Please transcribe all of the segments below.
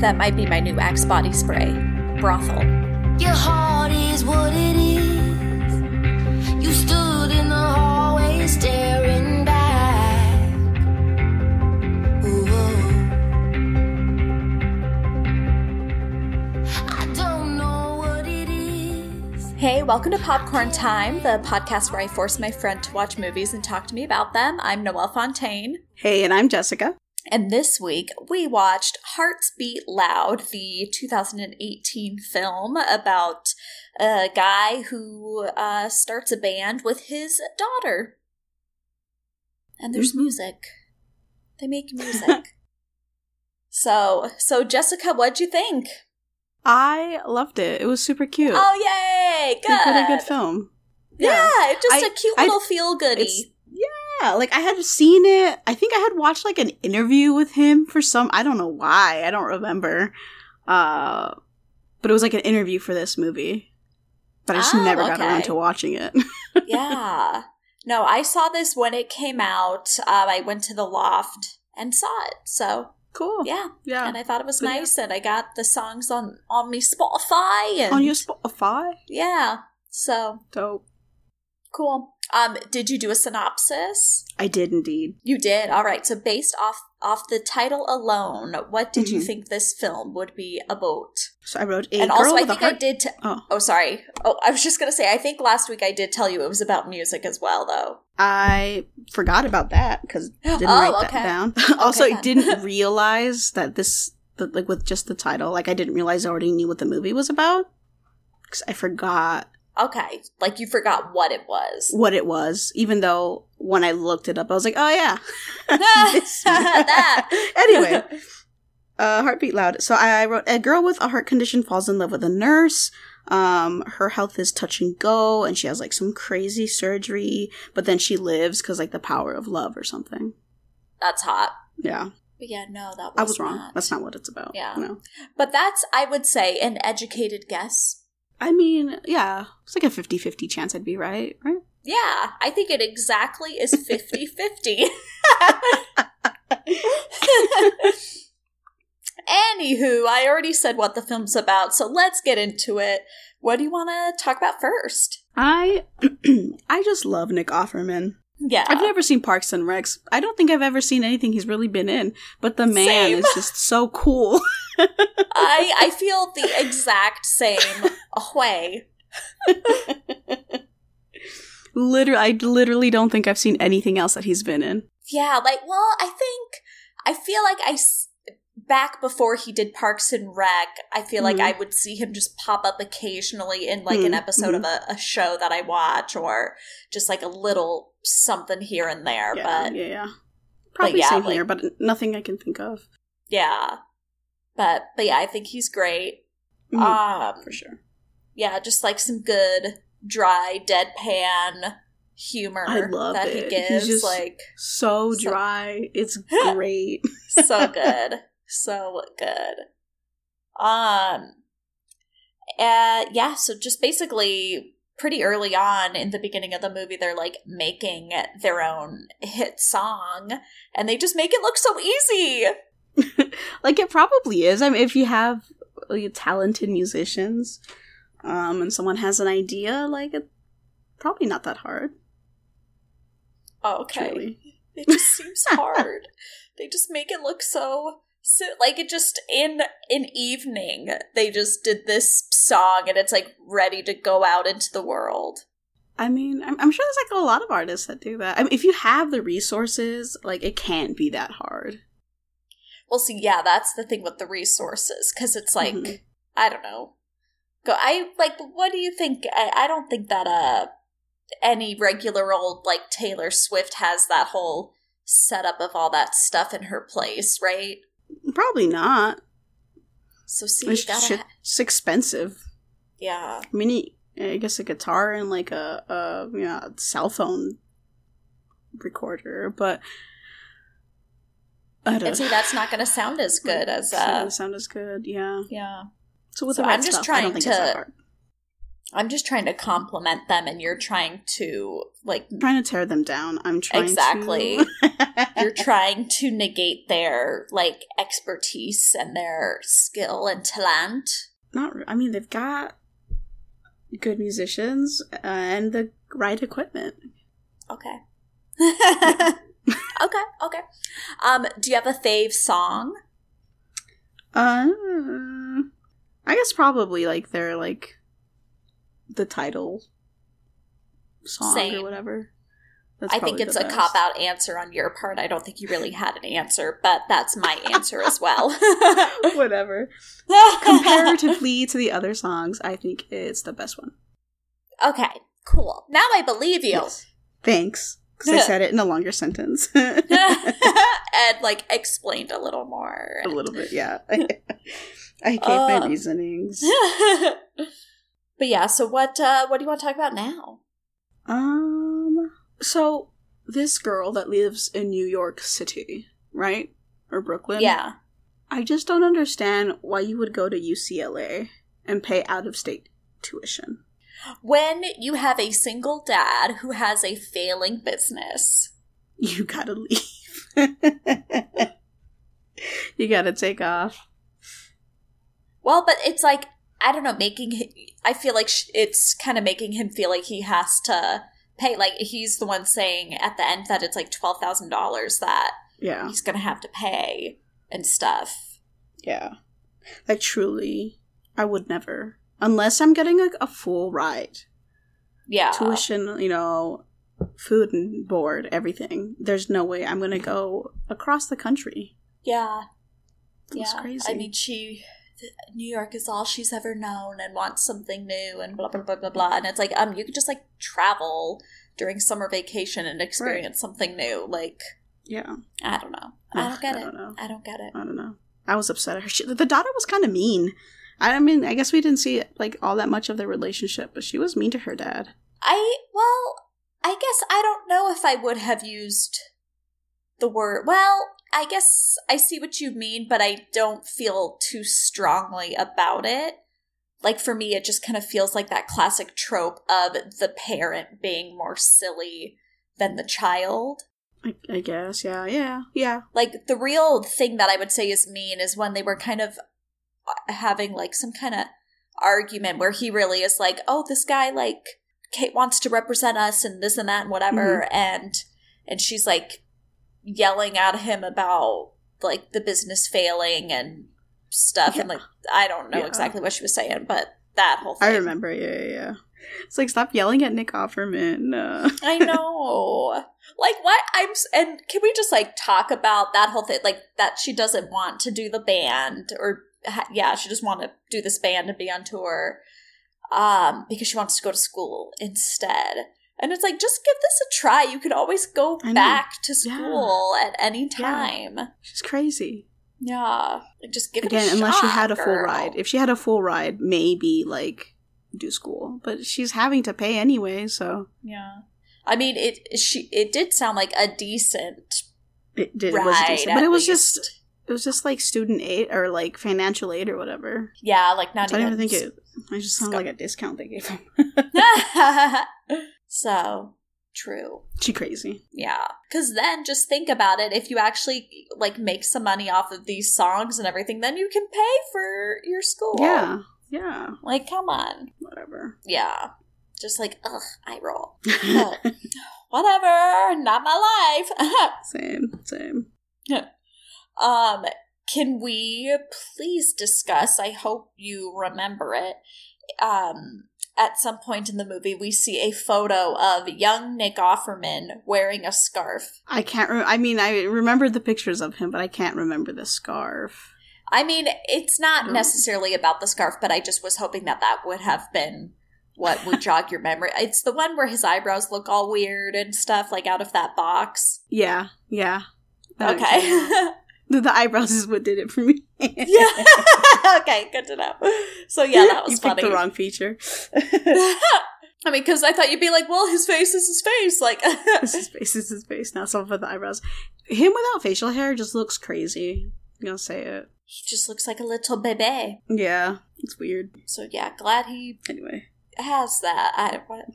That might be my new Axe body spray. Brothel. Your heart is what it is. You stood in the hallway staring back. Ooh. I don't know what it is. Hey, welcome to Popcorn Time, the podcast where I force my friend to watch movies and talk to me about them. I'm Noelle Fontaine. Hey, and I'm Jessica. And this week we watched Hearts Beat Loud, the 2018 film about a guy who uh, starts a band with his daughter. And there's music. They make music. so, so Jessica, what'd you think? I loved it. It was super cute. Oh, yay! It's a pretty good Good. film. Yeah, it's just a I- cute I- little feel It's, goodie. yeah, like I had seen it. I think I had watched like an interview with him for some. I don't know why. I don't remember. Uh, but it was like an interview for this movie. But I just Oh, never got okay. around to watching it. yeah. No, I saw this when it came out. Um, I went to the loft and saw it. So, cool. Oh, Yeah. yeah. and I thought it was But yeah. nice, and I got the songs on on me Spotify, and On your Spotify. yeah, so Dope. cool. Um, did you do a synopsis? I did indeed. You did. All right. So based off off the title alone, what did you Mhm. think this film would be about? So I wrote a and girl also, I with a think heart. I did. T- oh, oh, sorry. Oh, I was just gonna say. I think last week I did tell you it was about music as well, though. I forgot about that because didn't Oh, write okay. that down. also, Okay, I then. didn't realize that this, that, like with just the title, like I didn't realize I already knew what the movie was about because I forgot Okay, like you forgot what it was. what it was. Even though when I looked it up, I was like, oh yeah, This- that. anyway, uh, heartbeat loud. So I wrote a girl with a heart condition falls in love with a nurse. Um, her health is touch and go, and she has like some crazy surgery, but then she lives because like the power of love or something. That's hot. Yeah, But yeah, no, that was I was wrong. not- That's not what it's about. Yeah. no. But that's, I would say, an educated guess. I mean, yeah, it's like a 50 50 chance I'd be right, right? Yeah, I think it exactly is 50 50. Anywho, I already said what the film's about, so let's get into it. What do you want to talk about first? I I just love Nick Offerman. Yeah. I've never seen Parks and Recs. I don't think I've ever seen anything he's really been in, but the man Same. is just so cool. I, I feel the exact same way. literally, I literally don't think I've seen anything else that he's been in. Yeah, like, well, I think, I feel like I, s- back before he did Parks and Rec, I feel like Mhm. I would see him just pop up occasionally in like an Mhm, episode of a, a show that I watch or just like a little something here and there. Yeah, But yeah, yeah. Probably yeah, same like- here, but nothing I can think of. yeah. But, but yeah, I think he's great. Mhm, Um, for sure. yeah, just like some good, dry, deadpan humor I love that he it. He's gives. just- like, So So- dry. It's great. so good so good um uh yeah so just basically pretty early on in the beginning of the movie they're like making their own hit song and they just make it look so easy like it probably is. I mean, if you have like, talented musicians, um, and someone has an idea, like it probably not that hard. oh, okay Truly. it just seems hard they just make it look so so, like it just in an evening they just did this song and it's like ready to go out into the world I mean, I'm, I'm sure there's like a lot of artists that do that. I mean, if you have the resources, like it can't be that hard. Well, see, yeah, that's the thing with the resources because it's like Mhm. I don't know. Go, I like. What do you think? I, I don't think that uh any regular old like Taylor Swift has that whole setup of all that stuff in her place, right? Probably not. So see, you It's, gotta, shit- it's expensive. yeah, I mean, I guess a guitar and like a, a you know cell phone recorder, but I don't. and see, that's not going to sound as good as It's not gonna uh, sound as good. Yeah. yeah. So with So the right I'm just stuff, I trying don't think it's to- that hard. I'm just trying to compliment them, and you're trying to like I'm trying to tear them down. I'm trying to- Exactly. you're trying to negate their like expertise and their skill and talent. Not. re- I mean, they've got good musicians uh, and the right equipment. Okay. okay. Okay. Um, do you have a fave song? Uh, I guess probably like their like the title song Same. or whatever. That's I think probably it's the a best. cop out answer on your part. I don't think you really had an answer, but that's my answer as well. whatever. Comparatively to the other songs, I think it's the best one. Okay, cool. Now I believe you. Yes. Thanks, because I said it in a longer sentence. a and like explained a little more. little bit, yeah. I gave my Uh. reasonings. but yeah, so what uh what do you want to talk about now? Um. So this girl that lives in New York City, right, or Brooklyn? Yeah. I just don't understand why you would go to UCLA and pay out of state tuition. When you have a single dad who has a failing business. You gotta leave. you gotta take off. Well, but it's like I don't know, making hi- I feel like sh- it's kind of making him feel like he has to pay like he's the one saying at the end that it's like $12,000 that Yeah. he's going to have to pay and stuff. Yeah. Like, truly, I would never. Unless I'm getting like a full ride. Yeah. Tuition, you know, food and board, everything. There's no way I'm gonna go across the country. Yeah. That's yeah. crazy. I mean, she, th- New York is all she's ever known and wants something new and blah, blah, blah, blah, blah. And it's like, um, you could just like travel during summer vacation and experience something new. Like, yeah. I don't know. I don't Ugh, get I it. don't know. I don't get it. I don't know. I was upset at her. She, the daughter was kind of mean. I mean, I guess we didn't see like all that much of their relationship, but she was mean to her dad. I, well, I guess I don't know if I would have used the word, well, I guess I see what you mean, but I don't feel too strongly about it. Like for me, it just kind of feels like that classic trope of the parent being more silly than the child. I, I guess, yeah, yeah, yeah. Like the real thing that I would say is mean is when they were kind of uh, having like some kind of argument where he really is like, "Oh, this guy like Kate wants to represent us and this and that and whatever," Mm-hmm. and and she's like yelling at him about like the business failing and stuff, and Yeah. like I don't know Yeah. exactly what she was saying, but that whole thing. I remember, yeah, yeah, yeah. It's like stop yelling at Nick Offerman. Uh, I know. Like what I'm s- and can we just like talk about that whole thing like that she doesn't want to do the band or ha- yeah, she just want to do this band and be on tour um because she wants to go to school instead. And it's like just give this a try. You can always go I know. back to Yeah. school at any Yeah. time. she's crazy. Yeah. Like just give it a Again, unless she had a shot, full girl. ride. If she had a full ride, maybe like do school, but she's having to pay anyway, so yeah. I mean, it she it did sound like a decent it did. ride, it was decent. but at it was least. just it was just like student aid or like financial aid or whatever. Yeah, like not So I even. don't even think it. I just sounded like a discount they gave him. so true. she crazy. Yeah, because then just think about it. If you actually like make some money off of these songs and everything, then you can pay for your school. Yeah, yeah, like come on. whatever. Yeah, just like ugh, I roll. But, whatever, not my life. same, same. Um, can we please discuss? I hope you remember it. Um, at some point in the movie, we see a photo of young Nick Offerman wearing a scarf. I can't. Re- I mean, I remember the pictures of him, but I can't remember the scarf. I mean, it's not Hmm. necessarily about the scarf, but I just was hoping that that would have been what would jog your memory. It's the one where his eyebrows look all weird and stuff, like out of that box. Yeah, yeah. That makes sense. Okay. the, the eyebrows is what did it for me. yeah. okay, good to know. So yeah, that was you funny. picked the wrong feature. I mean, because I thought you'd be like, well, his face is his face. Like, this is face. This is face. Not so for the eyebrows. Him without facial hair just looks crazy. I'm gonna say it. he just looks like a little bebe. Yeah, it's weird. So, yeah, glad he Anyway, has that? I don't want.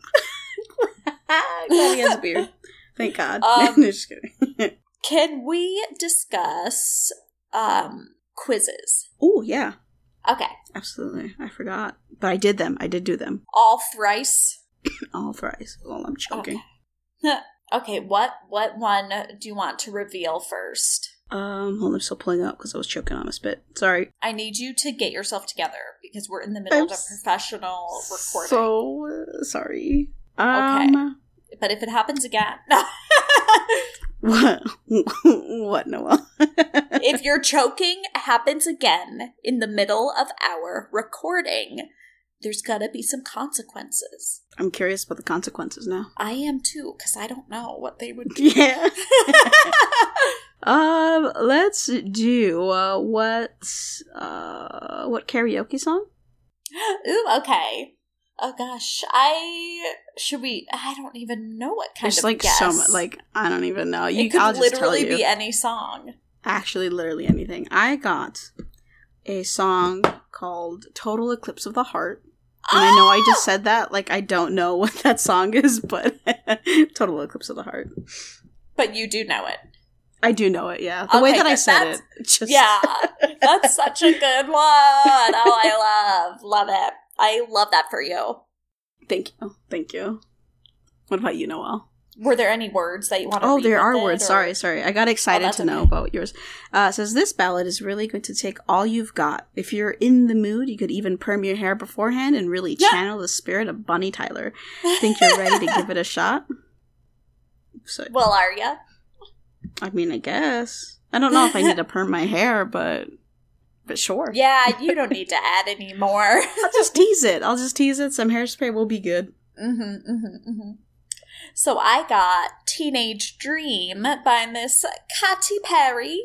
Uh, Glad he has a beard. Thank God. Um, No, just kidding. Can we discuss um quizzes? Oh yeah, Okay, absolutely. I forgot, but I did them. I did do them all thrice. all thrice. Well, I'm choking. Okay, what what one do you want to reveal first? Um, hold on, I'm still pulling up because I was choking on a spit. Sorry. I need you to get yourself together because we're in the middle I'm of a s- professional recording. So uh, sorry. Um, But if it happens again, what? what, Noel? if your choking happens again in the middle of our recording, there's gotta be some consequences. I'm curious about the consequences now. I am too, because I don't know what they would do. Yeah. Um, let's do uh, what? Uh, what karaoke song? Ooh, okay. Oh gosh, I should we? I don't even know what kind There's of like guess. so much. Like I don't even know. You, it could I'll just tell literally you. be any song. Actually, literally anything. I got a song called "Total Eclipse of the Heart," and I know I Ah! just said that. Like I don't know what that song is, but "Total Eclipse of the Heart." but you do know it. I do know it. Yeah, the way Okay, that I good. said That's- it. Just Yeah, that's such a good one. Oh, I love, love it. I love that for you. Thank you. Thank you. What about you, Noel? Were there any words that you want to? Oh, read there are with it, words. or- Sorry, sorry. I got excited Oh, that's to know okay. about yours. Uh, it says this ballad is really going to take all you've got. If you're in the mood, you could even perm your hair beforehand and really Yeah. channel the spirit of Bonnie Tyler. Think you're ready to give it a shot? So, Well, are you? I mean, I guess I don't know if I need to perm my hair, but but sure. Yeah, you don't need to add any more. I'll just tease it. I'll just tease it. Some hairspray will be good. hmm hmm hmm So I got "Teenage Dream" by Miss Katy Perry.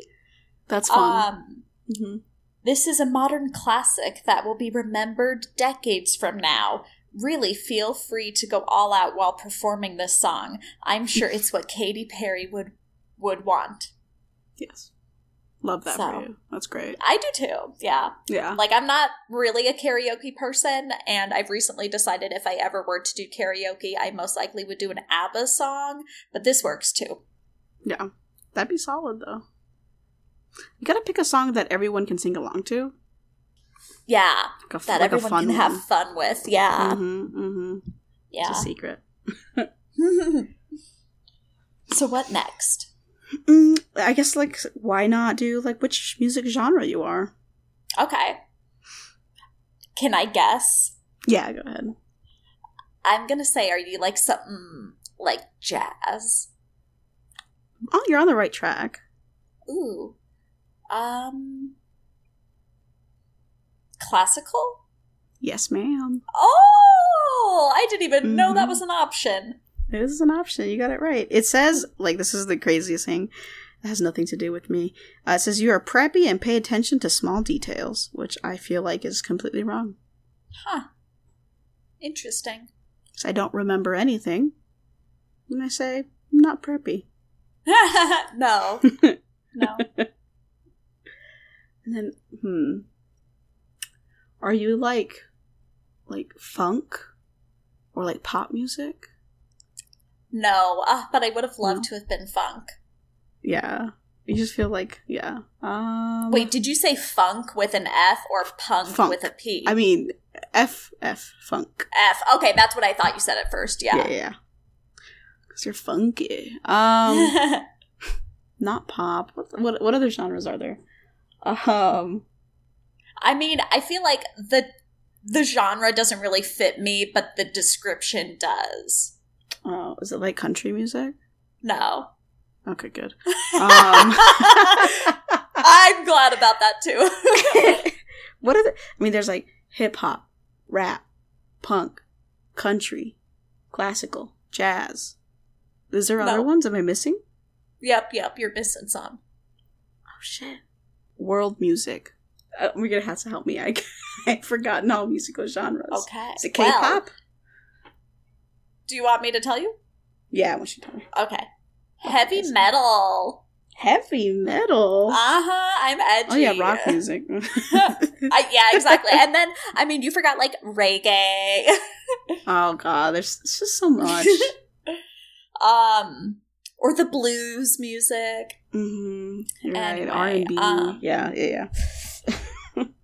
That's fun. Um, hmm this is a modern classic that will be remembered decades from now. Really feel free to go all out while performing this song. I'm sure it's what Katy Perry would would want. Yes, love that So. for you. That's great. I do too. Yeah. Yeah. Like I'm not really a karaoke person and I've recently decided if I ever were to do karaoke, I most likely would do an ABBA song, but this works too. Yeah. That'd be solid though. You gotta pick a song that everyone can sing along to. Yeah. Like a, f- That like a everyone fun can have fun with. Yeah. hmm hmm Yeah. It's a secret. so what next? Mm, I guess like why not do like which music genre you are? Okay. Can I guess? Yeah, go ahead. I'm gonna say, are you like something like jazz? Oh, you're on the right track. Ooh. Um. Classical? Yes, ma'am. Oh! I didn't even know that Mhm. was an option. This is an option. You got it right. It says like this is the craziest thing. It has nothing to do with me. Uh, it says you are preppy and pay attention to small details, which I feel like is completely wrong. Huh. Interesting. 'Cause I don't remember anything, and I say I'm not preppy. no. No. And then, hmm. Are you like, like funk, or like pop music? No. Uh, but I would have loved to have been funk. Yeah, you just feel like yeah. Um, Wait, did you say funk with an F or punk Funk. with a P? I mean, F F funk. F. Okay, that's what I thought you said at first. Yeah, Yeah. yeah. yeah. Cause you're funky. Um, not pop. What, what what other genres are there? Um, I mean, I feel like the the genre doesn't really fit me, but the description does. oh, is it like country music? No. Okay, good. Um, I'm glad about that too. what are the I mean there's like hip hop, rap, punk, country, classical, jazz. Is there other No. ones? Am I missing? yep, yep, you're missing some. Oh shit. World music. Uh, we're gonna have to help me. I I've forgotten all musical genres. Okay. Is it K Well, pop? do you want me to tell you? yeah, I want you to tell me. Okay. Heavy yes. metal. heavy metal. Uh huh. I'm edgy. oh yeah, rock music. I, yeah, exactly. and then, I mean, you forgot like reggae. oh god, there's it's just so much. um, or the blues music. hmm Anyway, Right, R and B. um, Yeah, yeah, yeah.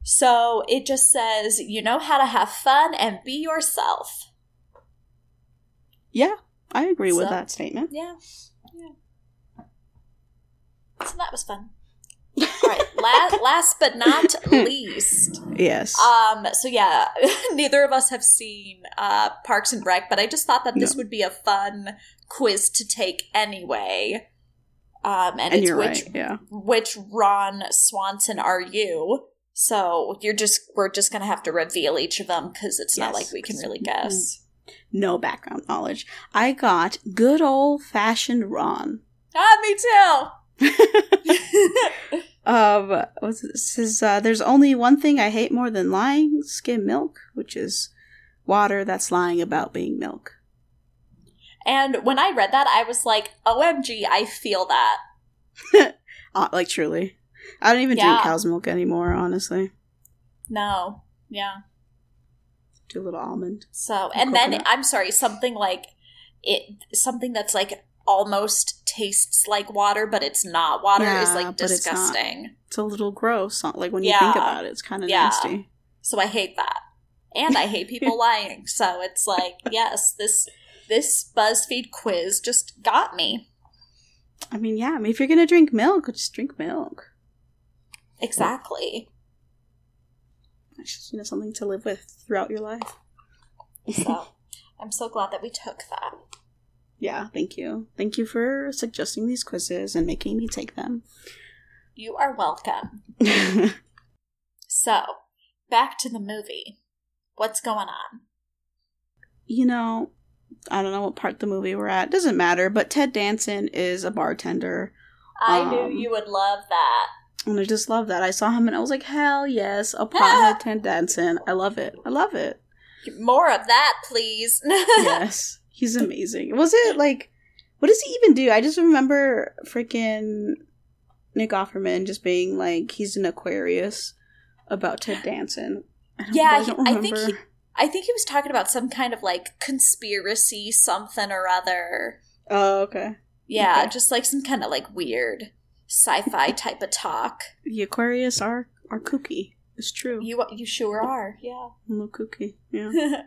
So it just says, you know how to have fun and be yourself. Yeah, I agree with So- that statement. Yeah. Yeah. So that was fun. All right. La- last but not least. Yes. Um, so yeah, neither of us have seen uh, Parks and Rec, but I just thought that this would be a fun quiz to take anyway. Um, and, and it's you're which right. Yeah. which Ron Swanson are you? So you're just we're just gonna have to reveal each of them because it's not Yes, like we can 'cause- really guess. No background knowledge. I got good old fashioned Ron. Ah, me too. Um, what's it this is uh, there's only one thing I hate more than lying: skim milk, which is water that's lying about being milk. and when I read that, I was like, "OMG, I feel that." Uh, like truly, I don't even Yeah. drink cow's milk anymore. Honestly, No, yeah. do a little almond. So, And and then coconut. I'm sorry, something like it, something that's like almost tastes like water, but it's not water is Yeah, like but it's not. disgusting. It's a little gross. not- Like when you Yeah. think about it, it's kind of Yeah. nasty. So I hate that, and I hate people lying. So it's like, yes, this this BuzzFeed quiz just got me I mean, yeah. I mean, if you're gonna drink milk, just drink milk. exactly. It's just, you know, something to live with throughout your life. So I'm so glad that we took that. Yeah. Thank you. Thank you for suggesting these quizzes and making me take them. You are welcome. So back to the movie. What's going on? you know, I don't know what part of the movie we're at. Doesn't matter. But Ted Danson is a bartender, I Um, knew you would love that. and I just love that. I saw him, and I was like, hell yes, a Ah. pothead Ted Danson. I love it. I love it. More of that, please. yes, he's amazing. Was it like, what does he even do? I just remember freaking Nick Offerman just being like, he's an Aquarius about Ted Danson. I don't, Yeah, I don't he- I remember. think he- I think he was talking about some kind of like conspiracy something or other. oh, okay. Yeah, Okay. just like some kind of like weird sci-fi type of talk. The Aquarius are are kooky. It's true. You you sure are. Yeah. A little kooky. Yeah.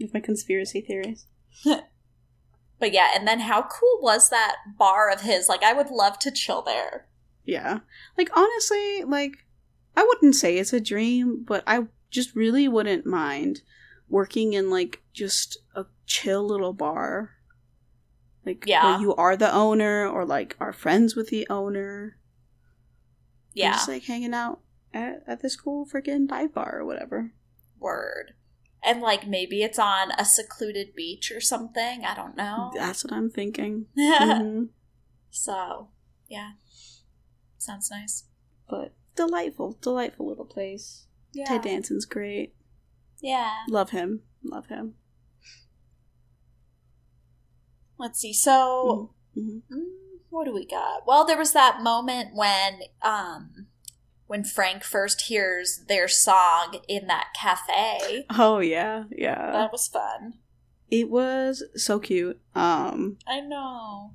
With my conspiracy theories. but yeah, and then how cool was that bar of his? Like I would love to chill there. Yeah. Like, honestly, like, I wouldn't say it's a dream, but I just really wouldn't mind working in, like, just a chill little bar. Like, Yeah. where you are the owner or, like, are friends with the owner. and Yeah. Just, like, hanging out at, at this cool freaking dive bar or whatever. Word. And like maybe it's on a secluded beach or something. I don't know. That's what I'm thinking. Mm-hmm. Mhm. so, yeah. Sounds nice. But delightful, delightful little place. Yeah. Ted Danson's great. Yeah. Love him. Love him. Let's see. So, Mhm. Mm, what do we got? Well, there was that moment when um when Frank first hears their song in that cafe. Oh yeah, yeah. That was fun. It was so cute. Um, I know.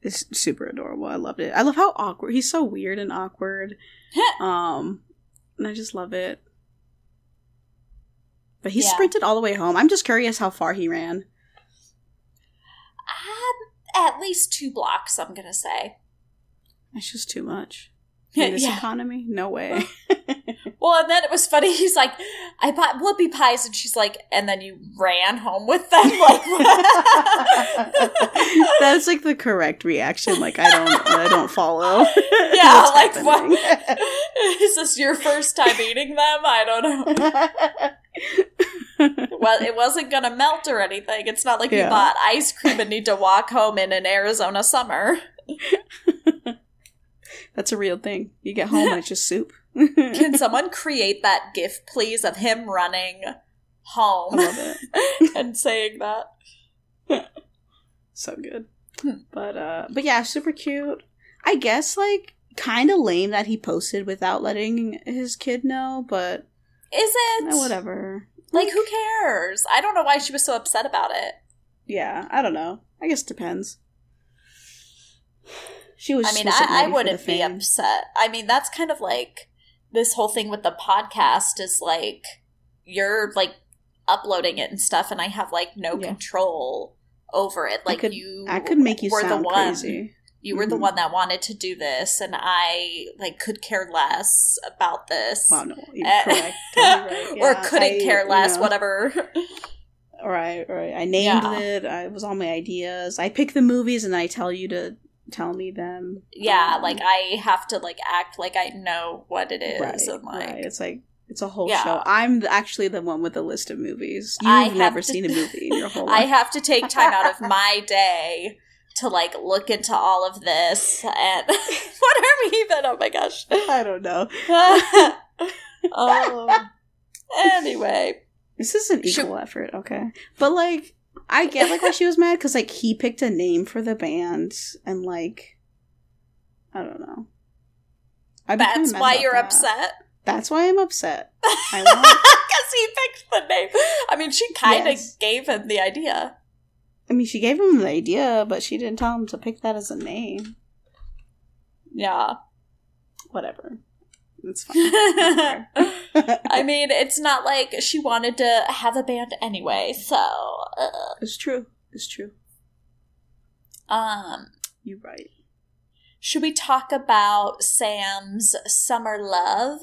it's super adorable. I loved it. I love how awkward he's so weird and awkward. um, and I just love it. But he Yeah. sprinted all the way home. I'm just curious how far he ran. Um, at least two blocks, I'm gonna say. That's just too much. In this Yeah. economy, no way. Well, and then it was funny. He's like, "I bought whoopie pies," and she's like, "And then you ran home with them." Like, That's like the correct reaction. Like I don't, I don't follow. yeah, what's like what? happening. Is this your first time eating them? I don't know. Well, it wasn't gonna melt or anything. It's not like Yeah. you bought ice cream and need to walk home in an Arizona summer. That's a real thing. You get home and it's just soup. Can someone create that gif, please, of him running I home love it. and saying that? So good. Hmm. But uh but yeah, super cute. I guess like kind of lame that he posted without letting his kid know, but Is it? eh, whatever. Like, who cares? I don't know why she was so upset about it. Yeah, I don't know. I guess it depends. She was. I just mean, wasn't I, I ready for the wouldn't be fame. upset. I mean, that's kind of like this whole thing with the podcast is like you're like uploading it and stuff, and I have like no Yeah. control over it. Like could- you, I could make you were the sound one. crazy. You were the Mhm. one that wanted to do this, and I like could care less about this, Wow, no, you're Eh. correct. Totally right. or Yeah, couldn't I- care you less, know. whatever. Right, right. I named Yeah. it. I it was all my ideas. I pick the movies, and I tell you to tell me them. yeah, Um, like I have to like act like I know what it is, right, and like right. It's like it's a whole Yeah. show. I'm the, actually the one with the list of movies. You've I have never to- seen a movie in your whole I life. have to take time out of my day to like look into all of this and what are we even? Oh my gosh. I don't know. um, anyway, This is an Should- equal effort, okay? But like, I get like why she was mad because like he picked a name for the band, and like, I don't know. I'd be kinda that's mad why about you're that. upset That's why I'm upset. I want because he picked the name. I mean, she kind of Yes. gave him the idea. I mean, she gave him the idea, but she didn't tell him to pick that as a name. Yeah. Whatever. It's fine. I mean, it's not like she wanted to have a band anyway, so. Uh, it's true. It's true. um. You're right. Should we talk about Sam's summer love?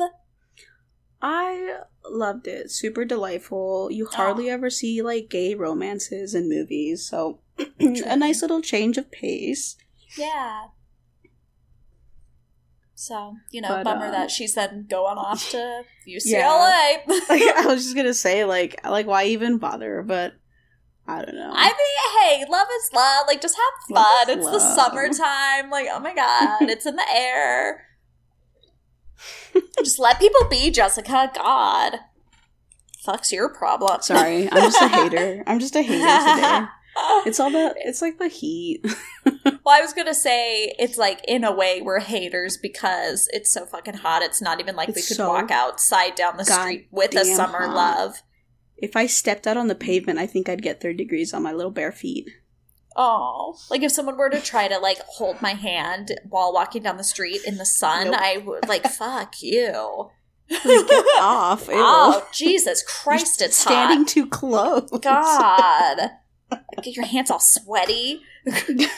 I loved it. Super delightful. You hardly ever see like gay romances in movies, so a nice little change of pace. Yeah. So, you know, But, bummer um, that she's then going off to UCLA. Yeah. Like I was just gonna say, like, like why even bother? But I don't know. I mean, hey, love is love. Like, just have Love fun. is It's the love. summertime. Like, oh my God, it's in the air. just let people be, Jessica. God. Fuck's your problem. Sorry, I'm just a hater. I'm just a hater today. It's all the. It's like the heat. Well, I was gonna say it's like in a way we're haters because it's so fucking hot. It's not even like we It's could so walk outside down the street with a goddamn summer hot. love. If I stepped out on the pavement, I think I'd get thirty degrees on my little bare feet. Oh, like if someone were to try to like hold my hand while walking down the street in the sun, Nope. I would like fuck you. Like, get off. Ew. Oh Jesus Christ! You're It's standing too close. hot. God, get your hands all sweaty.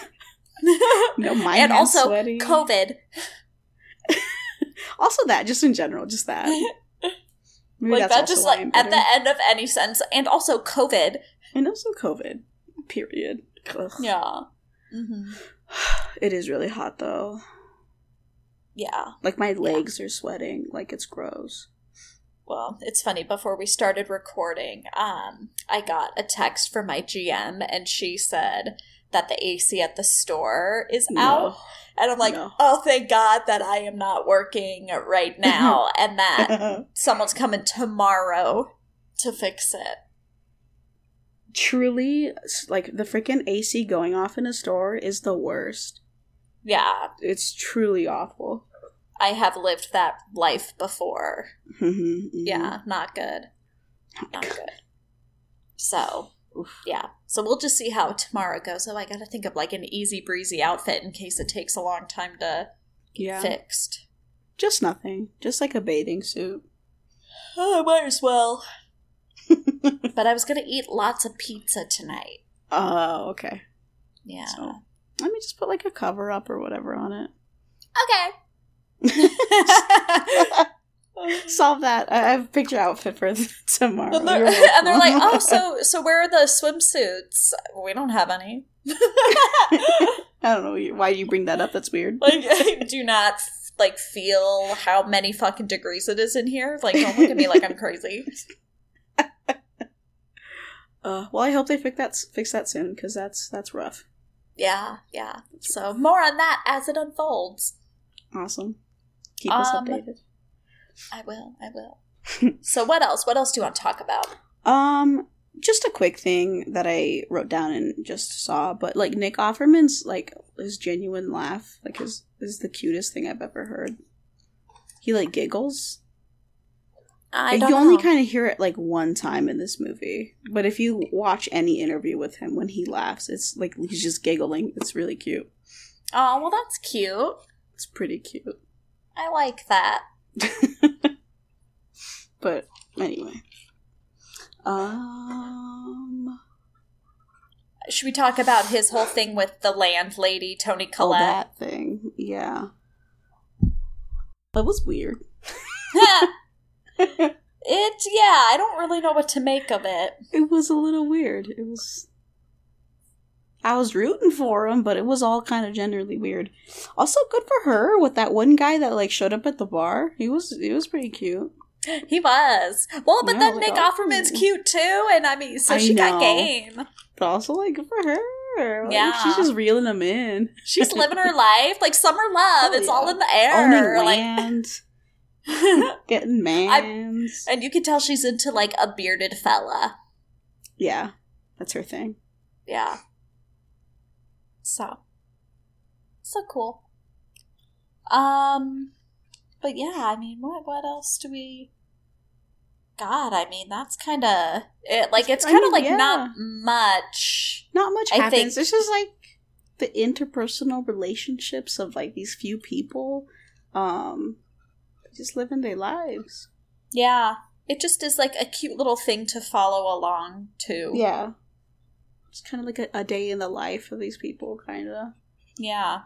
No, my and hand's also sweaty. COVID. also that, just in general, just that. Maybe like that's that, also just why like I'm at bitter. the end of any sense, and also COVID. and also COVID. Period. Ugh. Yeah. Mm-hmm. It is really hot though. Yeah. Like my legs are sweating. Like it's gross. Well, it's funny. Before we started recording, um, I got a text from my GM, and she said that the AC at the store is out, and I'm like, No. oh, thank God that I am not working right now, and that No. someone's coming tomorrow to fix it. Truly, s- like the freaking AC going off in a store is the worst. Yeah, It's truly awful. I have lived that life before. Mhm, mhm. Yeah, not good. Not good. So, yeah. So we'll just see how tomorrow goes. Oh, I got to think of like an easy breezy outfit in case it takes a long time to Yeah. fixed. Just nothing. Just like a bathing suit. Oh, might as well. but I was going to eat lots of pizza tonight. Oh, okay. Yeah. So let me just put like a cover up or whatever on it. Okay. Solve that. I I have a picture outfit for tomorrow. and, they're, You're welcome. and they're like, "Oh, so so where are the swimsuits? We don't have any." I don't know why you bring that up. That's weird. Like, I do not like feel how many fucking degrees it is in here. Like, don't look at me like I'm crazy. Uh, well, I hope they fix that fix that soon because that's that's rough. Yeah, yeah. So more on that as it unfolds. Awesome. Keep us Um, updated. I will. I will. so what else? What else do you want to talk about? Um, just a quick thing that I wrote down and just saw, but like Nick Offerman's like his genuine laugh, like his is the cutest thing I've ever heard. He like giggles. I Like, don't you only know. kind of hear it like one time in this movie, but if you watch any interview with him when he laughs, it's like he's just giggling. It's really cute. oh, well, that's cute. It's pretty cute. I like that. But anyway, um, Should we talk about his whole thing with the landlady, Tony all Collette? oh, that thing, yeah, that was weird. it, yeah, I don't really know what to make of it. it was a little weird. It was. I was rooting for him, but it was all kind of generally weird. Also, good for her with that one guy that like showed up at the bar. He was he was pretty cute. He was. Well, but Yeah, then like, Nick oh. Offerman's cute too, and I mean, so I she got know. game. But also, like good for her. Like, Yeah. she's just reeling him in. She's living her life. Like summer love, Oh, it's all yeah. in the air. Owning Like, land, getting mans. and you can tell she's into like a bearded fella. yeah, that's her thing. Yeah. So, so cool. Um, but yeah, I mean, what what else do we? God, I mean, that's kind of it. Like, it's I kind of mean, like yeah. not much. Not much I happens. think- it's just like the interpersonal relationships of like these few people, um, just living their lives. Yeah. It just is like a cute little thing to follow along to. Yeah. It's kind of like a, a day in the life of these people, kind of. Yeah.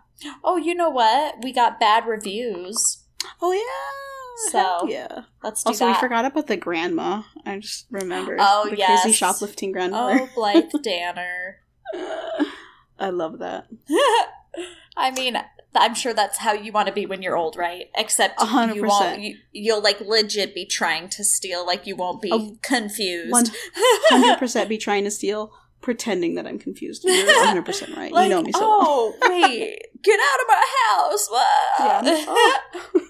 Oh, you know what? We got bad reviews. Oh, yeah. So, Heck yeah. Let's do Also, that. we forgot about the grandma. I just remembered. Oh, the yes. crazy shoplifting grandma. Oh, Blythe Danner. I love that. I mean, I'm sure that's how you want to be when you're old, right? Except A hundred you won't. percent. You, you'll like legit be trying to steal. Like you won't be Oh, confused. 100% be trying to steal, pretending that I'm confused. You're 100% right. like, you know me so well. oh wait, get out of my house! Ah. Yeah. Oh,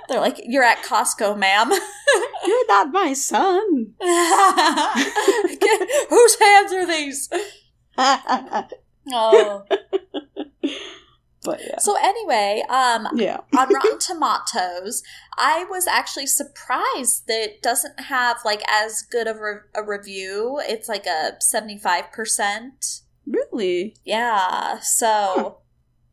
They're like, you're at Costco, ma'am. oh. you're not my son. Get- whose hands are these? but Oh. yeah. So anyway, um, Yeah. on Rotten Tomatoes, I was actually surprised that it doesn't have like as good of re- a review. It's like a seventy-five percent. Really? Yeah. So,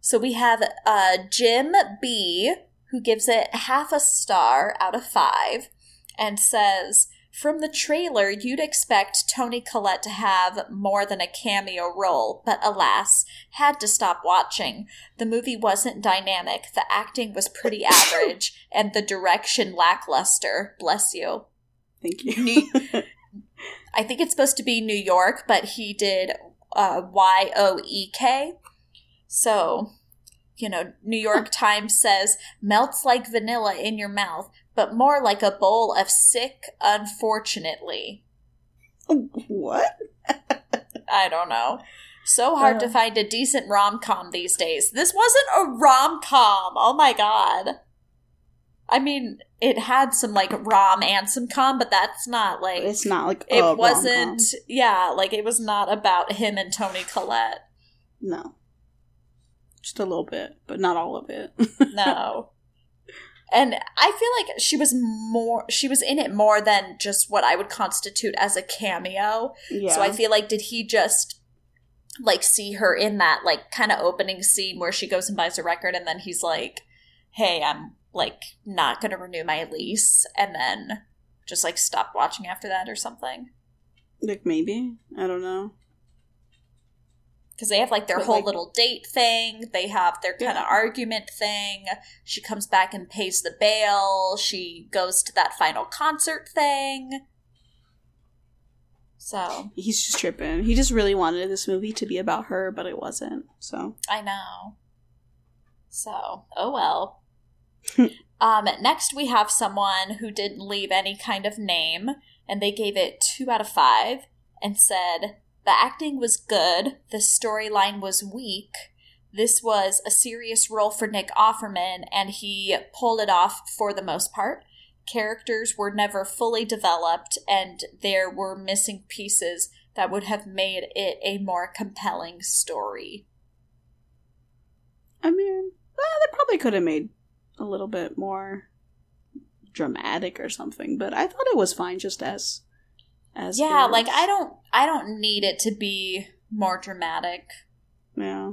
so we have uh, Jim B, who gives it half a star out of five, and says, "From the trailer, you'd expect Tony Collette to have more than a cameo role, but alas, had to stop watching. The movie wasn't dynamic. The acting was pretty average, and the direction lackluster. Bless you." Thank you. New- I think it's supposed to be New York, but he did uh, Y O E K. So, you know, New York Times says melts like vanilla in your mouth, but more like a bowl of sick, unfortunately. what? I don't know. So hard to Uh. find a decent rom com these days. This wasn't a rom com. Oh my god. I mean, it had some like rom and some com, but that's not like It's not like it a wasn't Oh, rom-com. yeah like it was not about him and tony collette No. Just a little bit, but not all of it. no and i feel like she was more she was in it more than just what i would constitute as a cameo yeah. so i feel like did he just like see her in that like kind of opening scene where she goes and buys a record and then he's like hey i'm like not gonna renew my lease and then just like stop watching after that or something like maybe. I don't know. because they have like their But, whole like- little date thing. They have their kind of Yeah. argument thing. She comes back and pays the bail. She goes to that final concert thing. So He's just tripping. He just really wanted this movie to be about her, but it wasn't. So I know. So oh well. um, next we have someone who didn't leave any kind of name, and they gave it two out of five and said the acting was good, the storyline was weak. This was a serious role for Nick Offerman, and he pulled it off for the most part. characters were never fully developed and there were missing pieces that would have made it a more compelling story. I mean, well, they probably could have made a little bit more dramatic or something, but I thought it was fine just as as yeah, is. like I don't I don't need it to be more dramatic. yeah,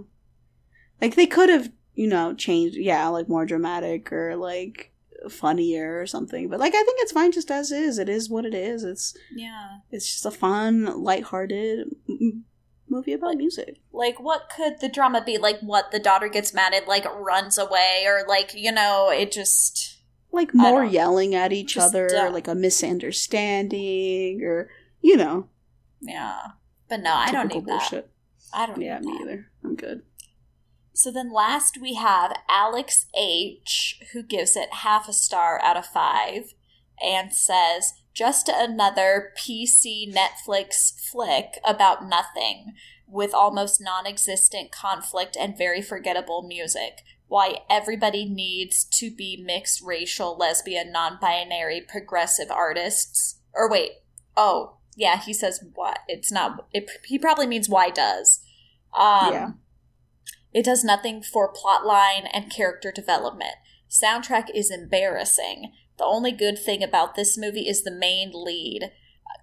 like they could have you know changed yeah like more dramatic or like funnier or something, but like I think it's fine just as is. It is what it is. It's Yeah. it's just a fun, lighthearted m- m- movie about music. Like what could the drama be? Like what the daughter gets mad at like runs away or like, you know, it just like I more don't- yelling at each just other, don't. like a misunderstanding, or you know, yeah. But no, I don't typical need that. bullshit. I don't Yeah, need me that. either. I'm good. So then last we have Alex H, who gives it half a star out of five and says, just another PC Netflix flick about nothing with almost non existent conflict and very forgettable music. Why everybody needs to be mixed racial, lesbian, non binary, progressive artists. Or wait, oh, yeah, he says what? It's not, it, he probably means why does. Um, Yeah. It does nothing for plotline and character development. Soundtrack is embarrassing. The only good thing about this movie is the main lead.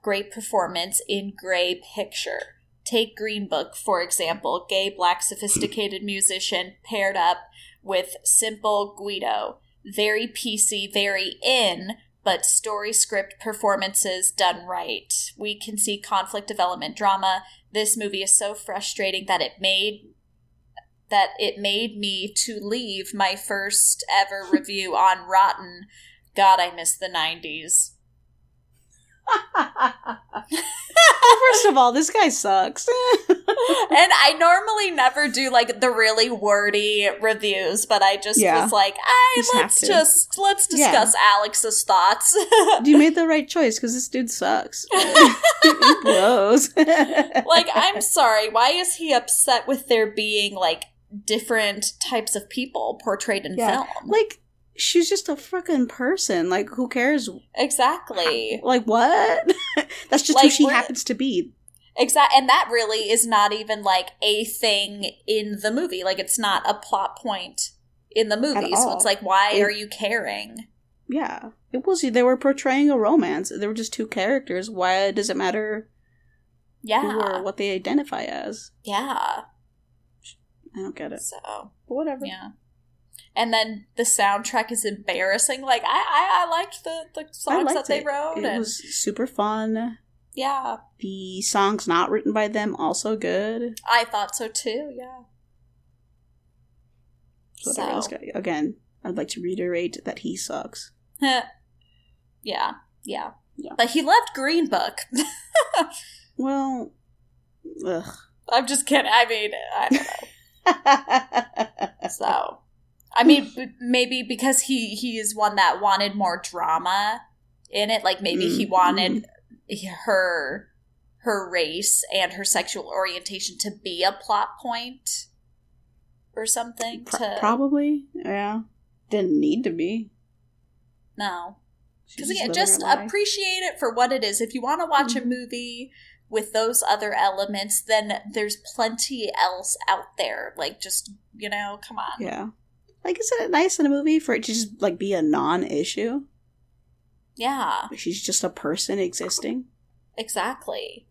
Great performance in gray picture. Take Green Book, for example, gay, black, sophisticated musician paired up with simple Guido. Very PC, very in, but story script performances done right. We can see conflict development drama. This movie is so frustrating that it made that it made me to leave my first ever review on Rotten. God, I miss the 90s. First of all, this guy sucks. and I normally never do like the really wordy reviews, but I just Yeah. was like, I You just have let's to." just let's Yeah. discuss Alex's thoughts. you made the right choice because this dude sucks. he blows. like, I'm sorry, why is he upset with there being like different types of people portrayed in Yeah. film? like she's just a fucking person. Like who cares? exactly. Like what? That's just who Like, she we're- happens to be. Exact, and that really is not even like a thing in the movie. Like, it's not a plot point in the movie. So all. it's like, why It- are you caring? Yeah, it was. They were portraying a romance. There were just two characters. Why does it matter who Yeah, or what they identify as? yeah. I don't get it. So But whatever. yeah, and then the soundtrack is embarrassing. Like, I I, I liked the the songs that liked they it. wrote, It and was super fun. yeah, The songs not written by them also good. I thought so too. Yeah. So whatever else guy- Again, I'd like to reiterate that he sucks. yeah, yeah, yeah. Yeah. But he left Green Book. Well, ugh. I'm just kidding. I mean, I don't know. So, I mean, b- maybe because he he is one that wanted more drama in it. Like maybe he Mm, wanted her her race and her sexual orientation to be a plot point or something. Pro- to probably, yeah. Didn't need to be. no, She's because again, living her just Mm-hmm. life. appreciate it for what it is. If you want to watch a movie with those other elements, then there's plenty else out there. Like just you know, come on. yeah. Like, isn't it nice in a movie for it to just like be a non-issue? yeah. She's just a person existing. Exactly.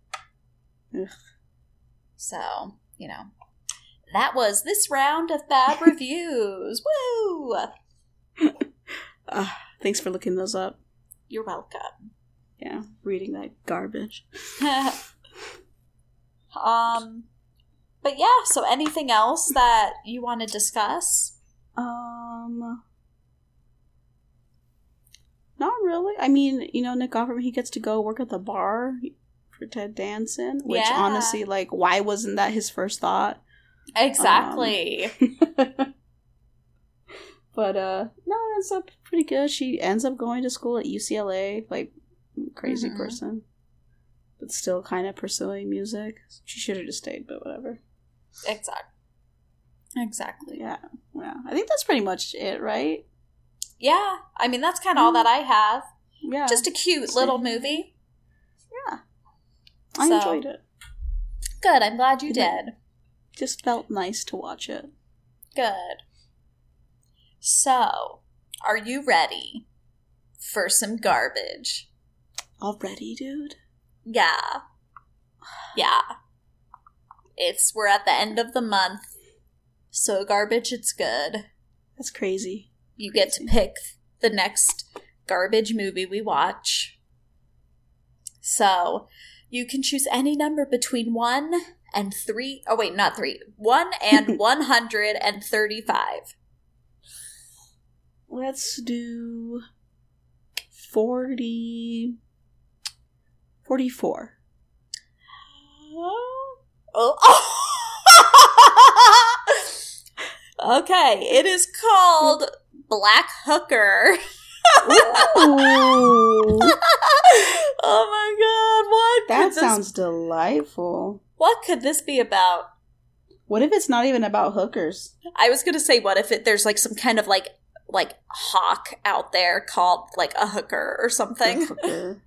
Ugh. So, you know, that was this round of bad reviews. Woo! Thanks for looking those up. You're welcome. Yeah, reading that garbage. um, but yeah, so anything else that you want to discuss? Um, not really. I mean, you know, Nick Offerman, he gets to go work at the bar for Ted Danson, which Yeah. honestly, like, why wasn't that his first thought? Exactly. But uh, no, it ends up pretty good. She ends up going to school at UCLA, like crazy Mhm. person, but still kind of pursuing music. She should have just stayed, but whatever. exactly. Exactly. Yeah, yeah. I think that's pretty much it, right? yeah, I mean that's kind of all that I have. Yeah, Just a cute Same. little movie. I so- enjoyed it. Good. I'm glad you Yeah. did. Just felt nice to watch it. Good. So, are you ready for some garbage? Already, dude. Yeah. Yeah. It's we're at the end of the month. So garbage it's good. That's crazy. You get to pick the next garbage movie we watch. So, you can choose any number between 1 and 3. Oh wait, not 3. 1 and 135. Let's do 40 44. Oh. okay, it is called Black Hooker. Ooh, oh my god, what? that could this- sounds delightful. What could this be about? What if it's not even about hookers? I was gonna say, what if it there's like some kind of like like hawk out there called like a hooker or something? Hooker.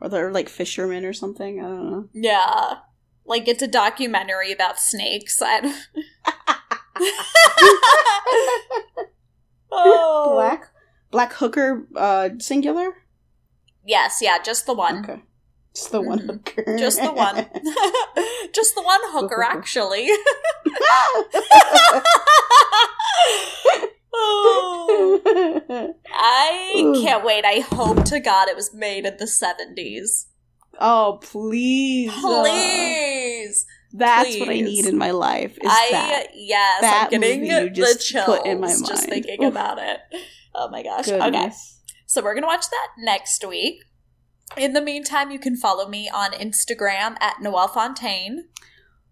Or they're like fishermen or something. I don't know. yeah, like it's a documentary about snakes. I don't... oh. Black black hooker uh singular? Yes, yeah, just the one. Okay. Just Mm-hmm. the one Mhm. hooker. Just the one. Just the one hooker, hooker. actually. oh, I Ooh. can't wait. I hope to God it was made in the 70s. oh, please. uh, Please. That's what I Please. need in my life. Is I, that yes, that I'm getting movie you the just chills put in my just mind. thinking Oof. about it. Oh my gosh. Okay. goodness? So we're going to watch that next week. In the meantime, you can follow me on Instagram at Noelle Fontaine.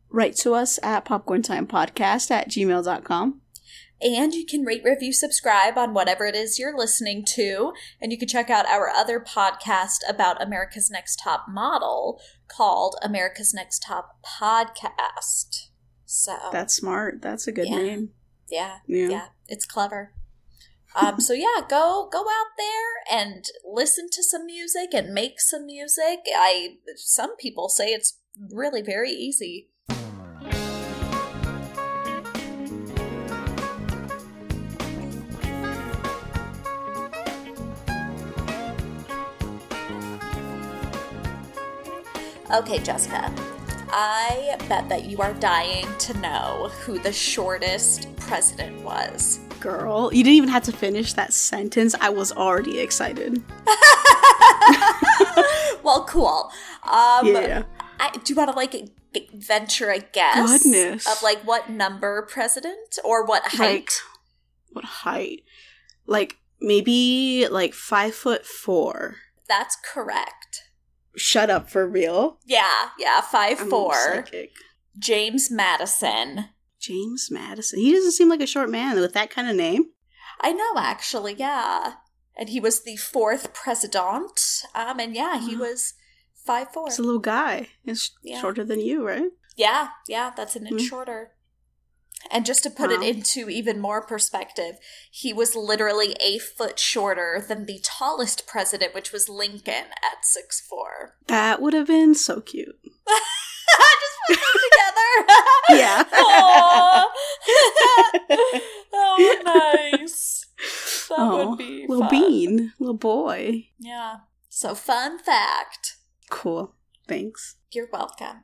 Write to us at popcorntimepodcast at gmail.com. And you can rate, review, subscribe on whatever it is you're listening to. And you can check out our other podcast about America's Next Top Model called America's Next Top Podcast. So, That's smart. That's a good Yeah. name. yeah, Yeah. yeah, it's clever. Um, so yeah, go go out there and listen to some music and make some music. I some people say it's really very easy. Okay, Jessica. I bet that you are dying to know who the shortest president was. Girl, you didn't even have to finish that sentence. I was already excited. well, cool. Um, yeah. I, do you want to like g- venture a guess Goodness. of like what number president or what Like, height? what height? Like, maybe like five foot four. That's correct. Shut up for real. Yeah, yeah, 5 I'm four. psychic. James Madison. James Madison. He doesn't seem like a short man with that kind of name. I know, actually, yeah. And he was the fourth president. Um, and yeah, he Wow. was five four. He's a little guy. He's Yeah. shorter than you, right? Yeah, yeah, that's an inch Mhm. shorter. And just to put Wow. it into even more perspective, he was literally a foot shorter than the tallest president, which was Lincoln at six four. That would have been so cute. just put them together. Yeah. Aw. that would be nice. That Oh, would be Little fun. bean, little boy. Yeah. So fun fact. Cool. Thanks. You're welcome.